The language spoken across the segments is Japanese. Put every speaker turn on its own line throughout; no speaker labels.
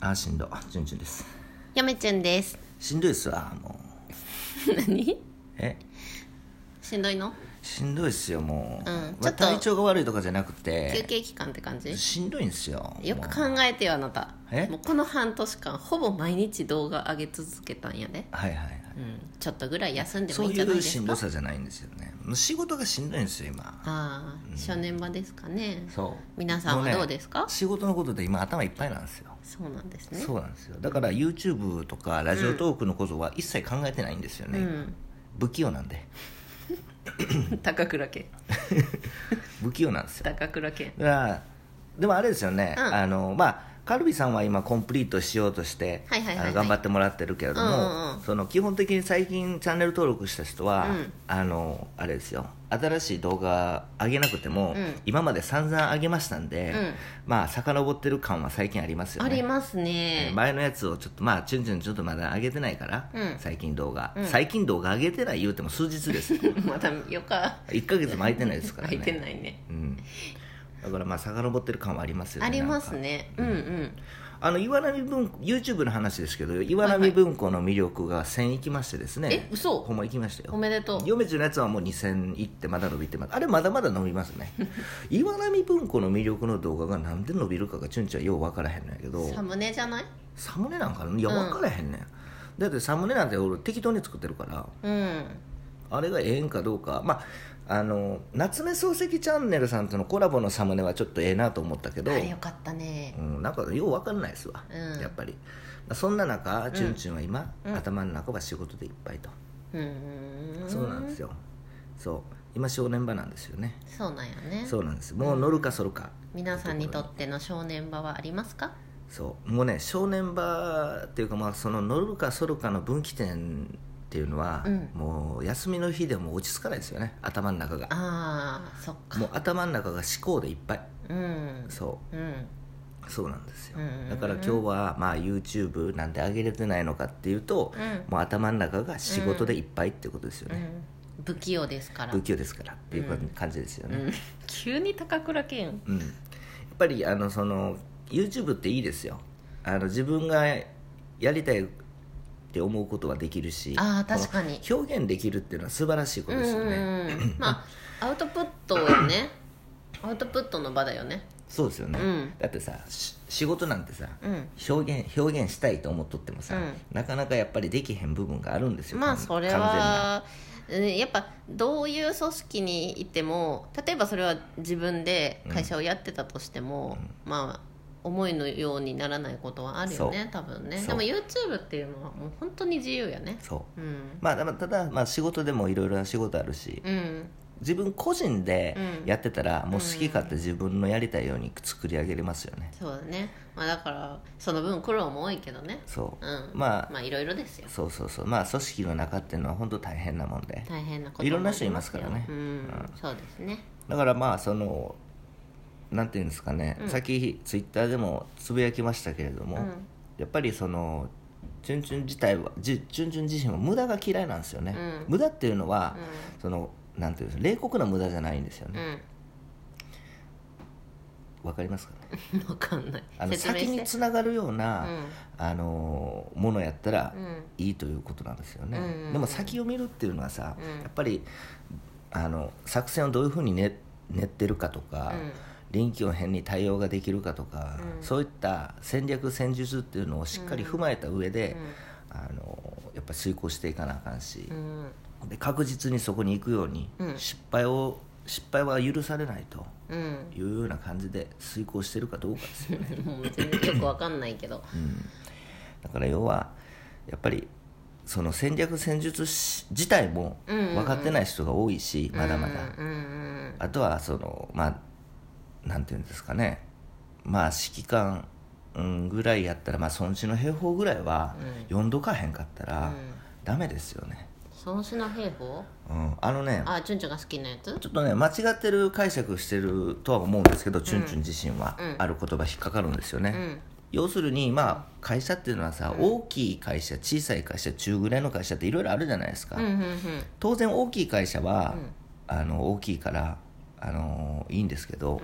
あーしんどじゅんじゅんです
やめちゅんです。
しんどいっすわもう
何？
え
しんどいの？
しんどいっすよもう、
うん
まあ
ちょっと
体調が悪いとかじゃなく
休
て
憩期間って感じ？
しんどいんすよ
よく
もう
考えてよあなた
え。
もうこの半年間ほぼ毎日動画上げ続けたんやで。
はいはいはい
うん。ちょっとぐらい休んでも
そ
いういんじゃな
い
いで
うし
す
んど
か？
さじゃないんですよねもう仕事がしんどいんですよ今
ああ、正念場ですかね。
そう
皆さんは
もね
どうですか
仕事のことで今頭いっぱいなんですよ
そうなんですね。
そうなんですよだから YouTube とかラジオトークのことは一切考えてないんですよね、
うん。
不器用なんで
高倉健。
不器用なんですよ
高倉 健。
だからでもあれですよね、
うん
あのまあカルビさんは今コンプリートしようとして
はいはいはいはい
あの頑張ってもらってるけれども、
うんうんうん
その基本的に最近チャンネル登録した人は、
うん
あのあれですよ新しい動画上げなくても、
うん
今まで散々上げましたんで、
うん
まあ遡ってる感は最近ありますよ
あ
ね
ります
えー
ね。
前のやつをちょっとまあチュンチュンちょっとまだ上げてないから、
うん
最近動画、
うん
最近動画上げてない言うても数日です よ
まだよか。
1ヶ月も空いてないですから
空
ね
いてないね。
うん、だからまあ遡ってる感はありますよね
あります
なんか
ね。うんうん。
あの岩波文庫 YouTube の話ですけど岩波文庫の魅力が1000いきましてですね、
え嘘
ほんま行きました
お
よ
めでとう。
嫁中のやつはもう2000いってまだ伸びてますあれまだまだ伸びます ね岩波文庫の魅力の動画がなんで伸びるかがチュンチュンはよう分からへんのやけど
サムネじゃない？
サムネなんかないや
うん
分からへんねん、だってサムネなんて俺適当に作ってるから
うん。
あれがええんかどうかまああの夏目漱石チャンネルさんとのコラボのサムネはちょっとええなと思ったけど
あれよかったね
う。ん、なんかよう分かんないですわ、
うん
やっぱり、まあ、そんな中チュンチュンは今、
うん
頭の中は仕事でいっぱいと、
うーん。
そうなんですよそう今正念場なんですよね
そうなんよね
そうなんですもう乗るかそるか
皆さんにとっての正念場はありますか
そうもうね正念場っていうかまあその乗るかそるかの分岐点っていうのは、
うん
もう休みの日でも落ち着かないですよね頭の中が
ああそっか
もう頭の中が思考でいっぱい
うん
そ
うん
うそうなんですよ
うん
だから今日はまあ YouTube なんで上げれてないのかっていうと、
うん
もう頭の中が仕事でいっぱいってことですよ
う
ね、
ん不器用ですから
不器用ですからっていう感感じですよ
う
ね、
ん急に高倉健
うんやっぱりあのその YouTube っていいですよあの自分がやりたいって思うことはできるし
ああ確かに
この表現できるっていうのは素晴らしいことですよね、
うんうんうんまあアウトプットよねアウトプットの場だよね
そうですよね、
うん
だってさし仕事なんてさ、
うん
表現表現したいと思っとってもさ、
うん
なかなかやっぱりできへん部分があるんですよ
まあ
完
それ
完全な
はうんやっぱどういう組織にいても例えばそれは自分で会社をやってたとしても、まあ思いのようにならないことはあるよね多分ね
そう
でも YouTube っていうのはもう本当に自由やね
そう
うん
まあでもただ、まあ、仕事でもいろいろな仕事あるし
うん
自分個人で
うん
やってたら、もう好き勝手自分のやりたいように作り上げれますよね、
そうだね、まあ、だからその分苦労も多いけどね
そう、
うん
まあ、
まあいろいろですよ
そうそうそうまあ組織の中っていうのは本当大変なもんで
大変なことも
いろんな人いますからね
うん、そうですね
だからまあそのなんていうんですかね、さっきツイッターでもつぶやきましたけれども、
ん
やっぱりそのチュンチュン自体はじチュンチュン自身は無駄が嫌いなんですよね、
うん
無駄っていうのは
う、ん
そのなんていうんですか冷酷な無駄じゃないんですよねわ、かりますかね
うん わかんない
あの
説明
先
して
につながるよう
う
な、
ん
あのものやったら
うん
いいということなんですよね、
うんうんうん
でも先を見るっていうのはさ、
うん
やっぱりあの作戦をどういうふうにね練ってるかとか、
うん
臨機応変に対応ができるかとか、
うん
そういった戦略戦術っていうのをしっかり踏まえた上で、あのやっぱり遂行していかなあかんし
う、ん
で確実にそこに行くように、
うん
失敗を失敗は許されないと
うん
いうような感じで遂行してるかどうかです よね
もう全然よくわかんないけど、
だから要はやっぱりその戦略戦術し自体も
うんうんうん
分かってない人が多いし、まだまだ、
うんうん
あとはそのまあなんていうんですかねまあ指揮官うんぐらいやったらまあ損失の兵法ぐらいは4度かへんかった
う
ら
ん
ダメですよね、
孫子の兵法
うん、あのね
あチュンチュンが好きなやつ
ちょっとね間違ってる解釈してるとは思うんですけど、チュンチュン自身は、
うん
ある言葉引っかかるんですよね、
うん
要するにまあ会社っていうのはさ、大きい会社小さい会社中ぐらいの会社っていろいろあるじゃないですか、
うんうん
当然大きい会社は、あの大きいから、あのいいんですけど、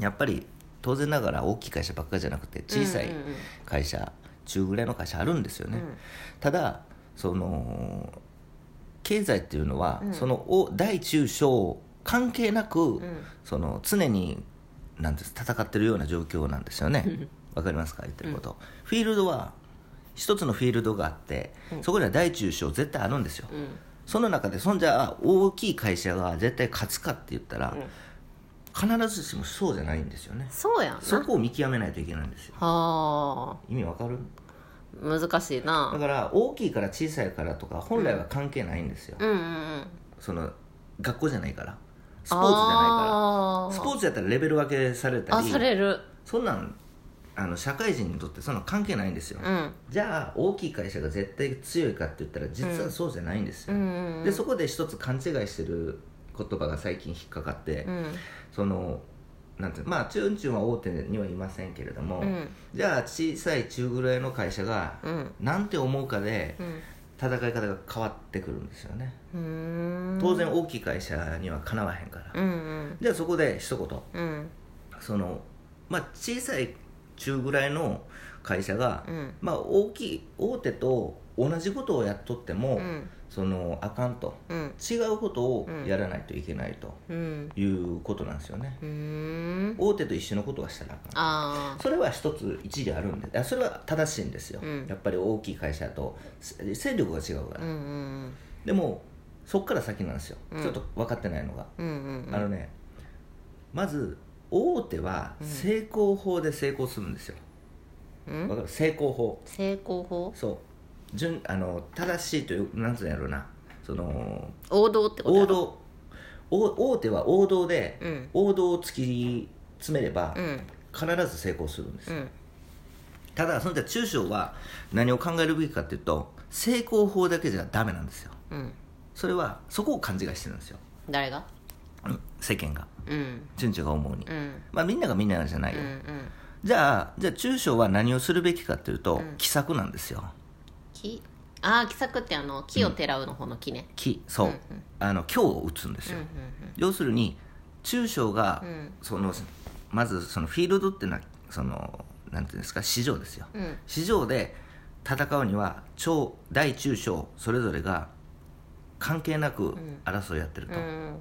やっぱり当然ながら大きい会社ばっかりじゃなくて小さい
うんうんうん
会社、中ぐらいの会社あるんですよね、
うん
ただその経済っていうのは、
うん
そのお大中小関係なく、
ん
その常になんです戦ってるような状況なんですよねわかりますか言ってること、フィールドは一つのフィールドがあって、そこには大中小絶対あるんですよ、
うん
その中でそんじゃあ大きい会社が絶対勝つかって言ったら、必ずしもそうじゃないんですよね
そうやんな
そこを見極めないといけないんですよ
はあ
意味わかる
難しい
だ
な
から大きいから小さいからとか本来は関係ないんですよ、
うんうんうん
その学校じゃないからス
ス
ポーツじゃないか
あ
らス
ー
ポーツやったらレベル分けされた
あ
り
される
そんなんあの社会人にとってそんなの関係ないんですよ、
うん
じゃあ大きい会社が絶対強いかって言ったら実はそうじゃないんです
う
よ、
ん
でそこで一つ勘違いしてる言葉が最近引っかかって、
うん
そのなんていうのまあチュンチュンは大手にはいませんけれども、
うん
じゃあ小さい中ぐらいの会社が
うん
なんて思うかで
うん
戦い方が変わってくるんですよね、
うーん
当然大きい会社にはかなわへんから、
うんうん
じゃあそこで一言
うん
そのまあ小さい中ぐらいの会社が、
うん
まあ大きい大手と同じことをやっとっても、
うん
そのあかんと
うん
違うことをやらないといけないと
うん
いうことなんですよね、
うーん
大手と一緒のことはしたらあかん
あ
それは一つ一理あるんであそれは正しいんですよ、
うん
やっぱり大きい会社とせ勢力が違うか
あ
ら、
うんうん
でもそっから先なんですよ、
うん
ちょっと分かってないのが、
うんうんうん
あのねまず大手は成功法で成功するんですよ、
うん
わかる成功法
成功法
そう順あの正しいというなんつうんやろうなその
王道ってことや
王
ろ
道お大手は王道で、
うん
王道を突き詰めれば、
うん
必ず成功するんです、
うん
ただそのじゃ中小は何を考えるべきかっていうと成功法だけじゃダメなんですよ
うん
それはそこを勘違いしてるんですよ、
誰が
うん世間が
うん
順序が思うに、
うん
まあみんながみんなじゃない
うん
よ、
うん
じゃあじゃあ中小は何をするべきかっていうと、気さくなんですよ
木ああ木作ってあの木をてらうの方の木ね
気そう、
うんうん
あの強を打つんです
うん
よ、
うん
要するに中小が、
うん
そのまずそのフィールドっていうのはそのなんていうんですか市場ですよ、
うんうん
市場で戦うには超大中小それぞれが関係なく争いやってると、
うん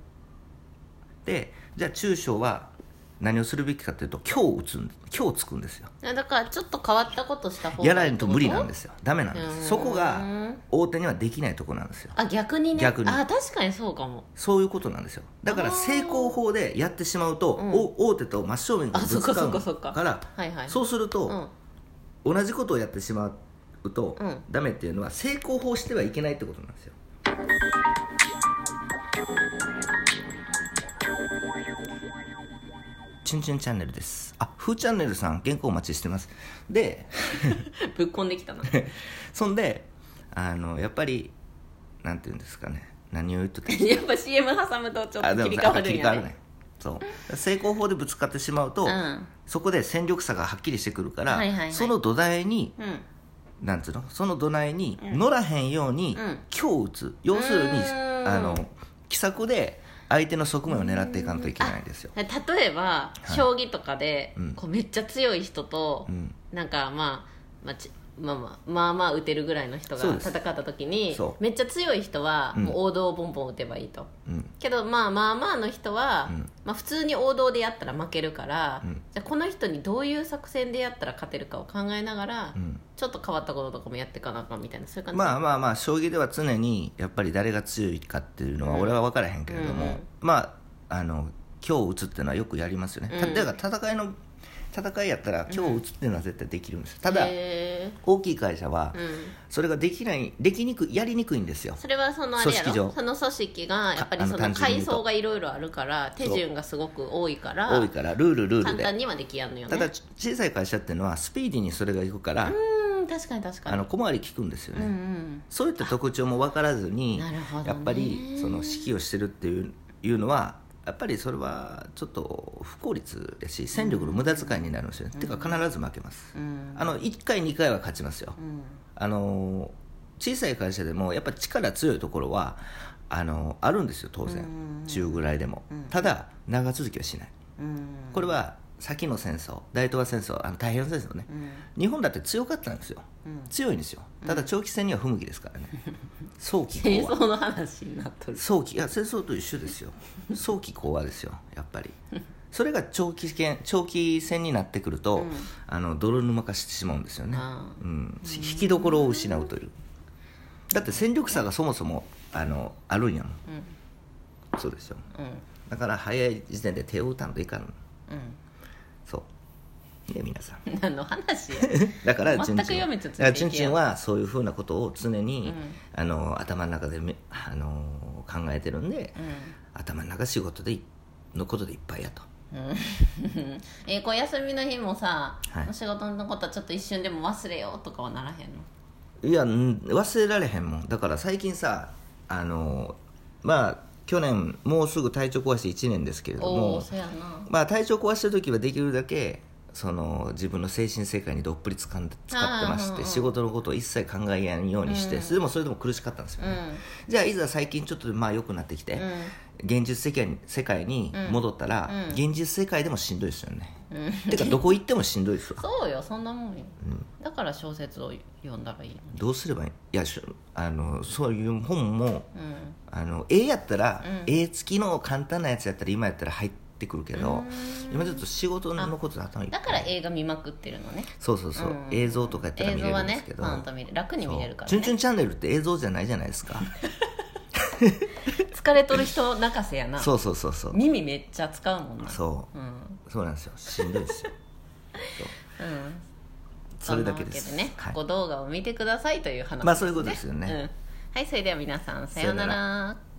でじゃあ中小は何をするべきかというと今日打つん今日つくんですよ
あだからちょっと変わったことした方が
やらないと無理なんですすよダメなんで
うん
すそこが大手にはできないとこなんですよ
あ逆にね
逆に
あ確かにそうかも
そういうことなんですよだから成功法でやってしまうと、お大手と真正面がぶつか
あそっかそ
る
っかそっか
から
はいはい
そうすると、
うん
同じことをやってしまうと、
うん
ダメっていうのは成功法してはいけないってことなんですよチュンチュンチャンネルですあフーチャンネルさん原稿お待ちしてますで
ぶっこんできたな
そんであのやっぱりなんていうんですかね何を言っ とった
やっぱ CM 挟むとちょっ
あ
と
でも
切り
さ
替わるんや
ない
ね
そう成功法でぶつかってしまうと、
うん
そこで戦力差がはっきりしてくるから、
はいはいはい
その土台に
うん
なんつうのその土台に乗らへんように
うん
強打つ要するに
うーん
あの奇策で相手の側面を狙っていかんといけないんですよ
例えば将棋とかで、
うん
こうめっちゃ強い人と、
うん
なんかまあまあちまあまあまあまあ打てるぐらいの人
そう
が
です
戦った時に
そう
めっちゃ強い人は
うん
もう王道をボンボン打てばいいと、
うん
けどまあまあまあの人は、
うん
まあ、普通に王道でやったら負けるから、
うん
じゃあこの人にどういう作戦でやったら勝てるかを考えながら、
うん
ちょっと変わったこととかもやっていかなあかんみたいなそういう感じ、
まあまあまあ将棋では常にやっぱり誰が強いかっていうのは俺は分からへんけれども、
うん
まああの今日打つっていうのはよくやりますよね、た
うん
だから戦いの戦いやったら今日打つっていうのは絶対できるんですただ
へ
大きい会社は
ーうん、
それができないできにくいやりにくいんですよ
それはそのあれや
組
ろ
織上
その組織がやっぱ
あ
りその
の単純に
階
言うと
層がいろいろあるから手順がすごく多いから
多いからルールルール
簡
で
単にはできやんのよね
ただち小さい会社っていうのはスピーディーにそれがいくから、
うん確かに確か
あ
に
の小回り聞くんですよね、
うんうん
そういった特徴も分からずに
なるほどね
やっぱりその指揮をしてるっていういうのはやっぱりそれはちょっと不効率やし戦力の無駄遣いになるんですよね、てか必ず負けます、
うん
あの1回2回は勝ちますよ、
うん
あのー小さい会社でもやっぱ力強いところはあのーあるんですよ当然、中ぐらいでも、ただ長続きはしない
うん
これは先の戦争大東亜戦争あの太平洋戦争ね、日本だって強かったんですよ、強いんですよただ長期戦には不向きですから ね、早期講
戦
和
争の話になっとる
早期いや戦争と一緒です よ早期講和ですよやっぱりそれが長期戦長期戦になってくると、あの泥沼化してしまうんですよね、
あ
うん、引きどころを失うというだって戦力差がそもそもあのあるんやもん、そうですよ
うん
だから早い時点で手を打たんといかん
う
そうね皆さん
ん何の話や
だからチ
全
ン
く
チン
読
は
め
だ
ちゃついてい
か
けよ
らチンチンはそういうふうなことを常に、
うん
あの頭の中でめあの考えてるんで、頭の中仕事でいのことでいっぱいやと
うんうんえこう休みの日もさ、
はい
お仕事のことはちょっと一瞬でも忘れようとかはならへんの
いやん忘れられへんもんだから最近さあのまあ去年もうすぐ体調壊して1年ですけれど
おお
も
ーそやな
まあ体調壊してる時はできるだけその自分の精神世界にどっぷりつかんで使ってまし
あーうんう
て
ん
仕事のことを一切考えやんようにして、それでもそれでも苦しかったんですよ
う
ね、
ん
じゃあいざ最近ちょっとまあ良くなってきて、
うん
現実世界に世界に戻ったら、
うん
現実世界でもしんどいですよね、
うん
てかどこ行ってもしんどいですわ
そうよそんなもんよ、だから小説を読んだらいいの
どうすればいいいやしょあのそういう本も
うん
あの絵やったら、
うん
絵付きの簡単なやつやったら今やったら入ってくるけど、
うん
今ちょっと仕事のことで頭いっぱ
だ
い
から映画見まくってるのね
そうそうそう、
うん
映像とかやったら
映
見
像
れ
は
るんで
ね
すけど
パンと見れる楽に見れるか
チュ
ら
ンチュ
ね
ンチャンネルって映像じゃないじゃないです か
疲れとる人泣かせやな
そうそうそうそう
耳めっちゃ使うもんな、
そう
ん
うそうなんですよしんどいです よ
うん、
それだけです
そんなわけでね、
はい
過去動画を見てくださいという話ですね、
まあそういうことですよね
うんはいそれでは皆さんさような
さよ
ら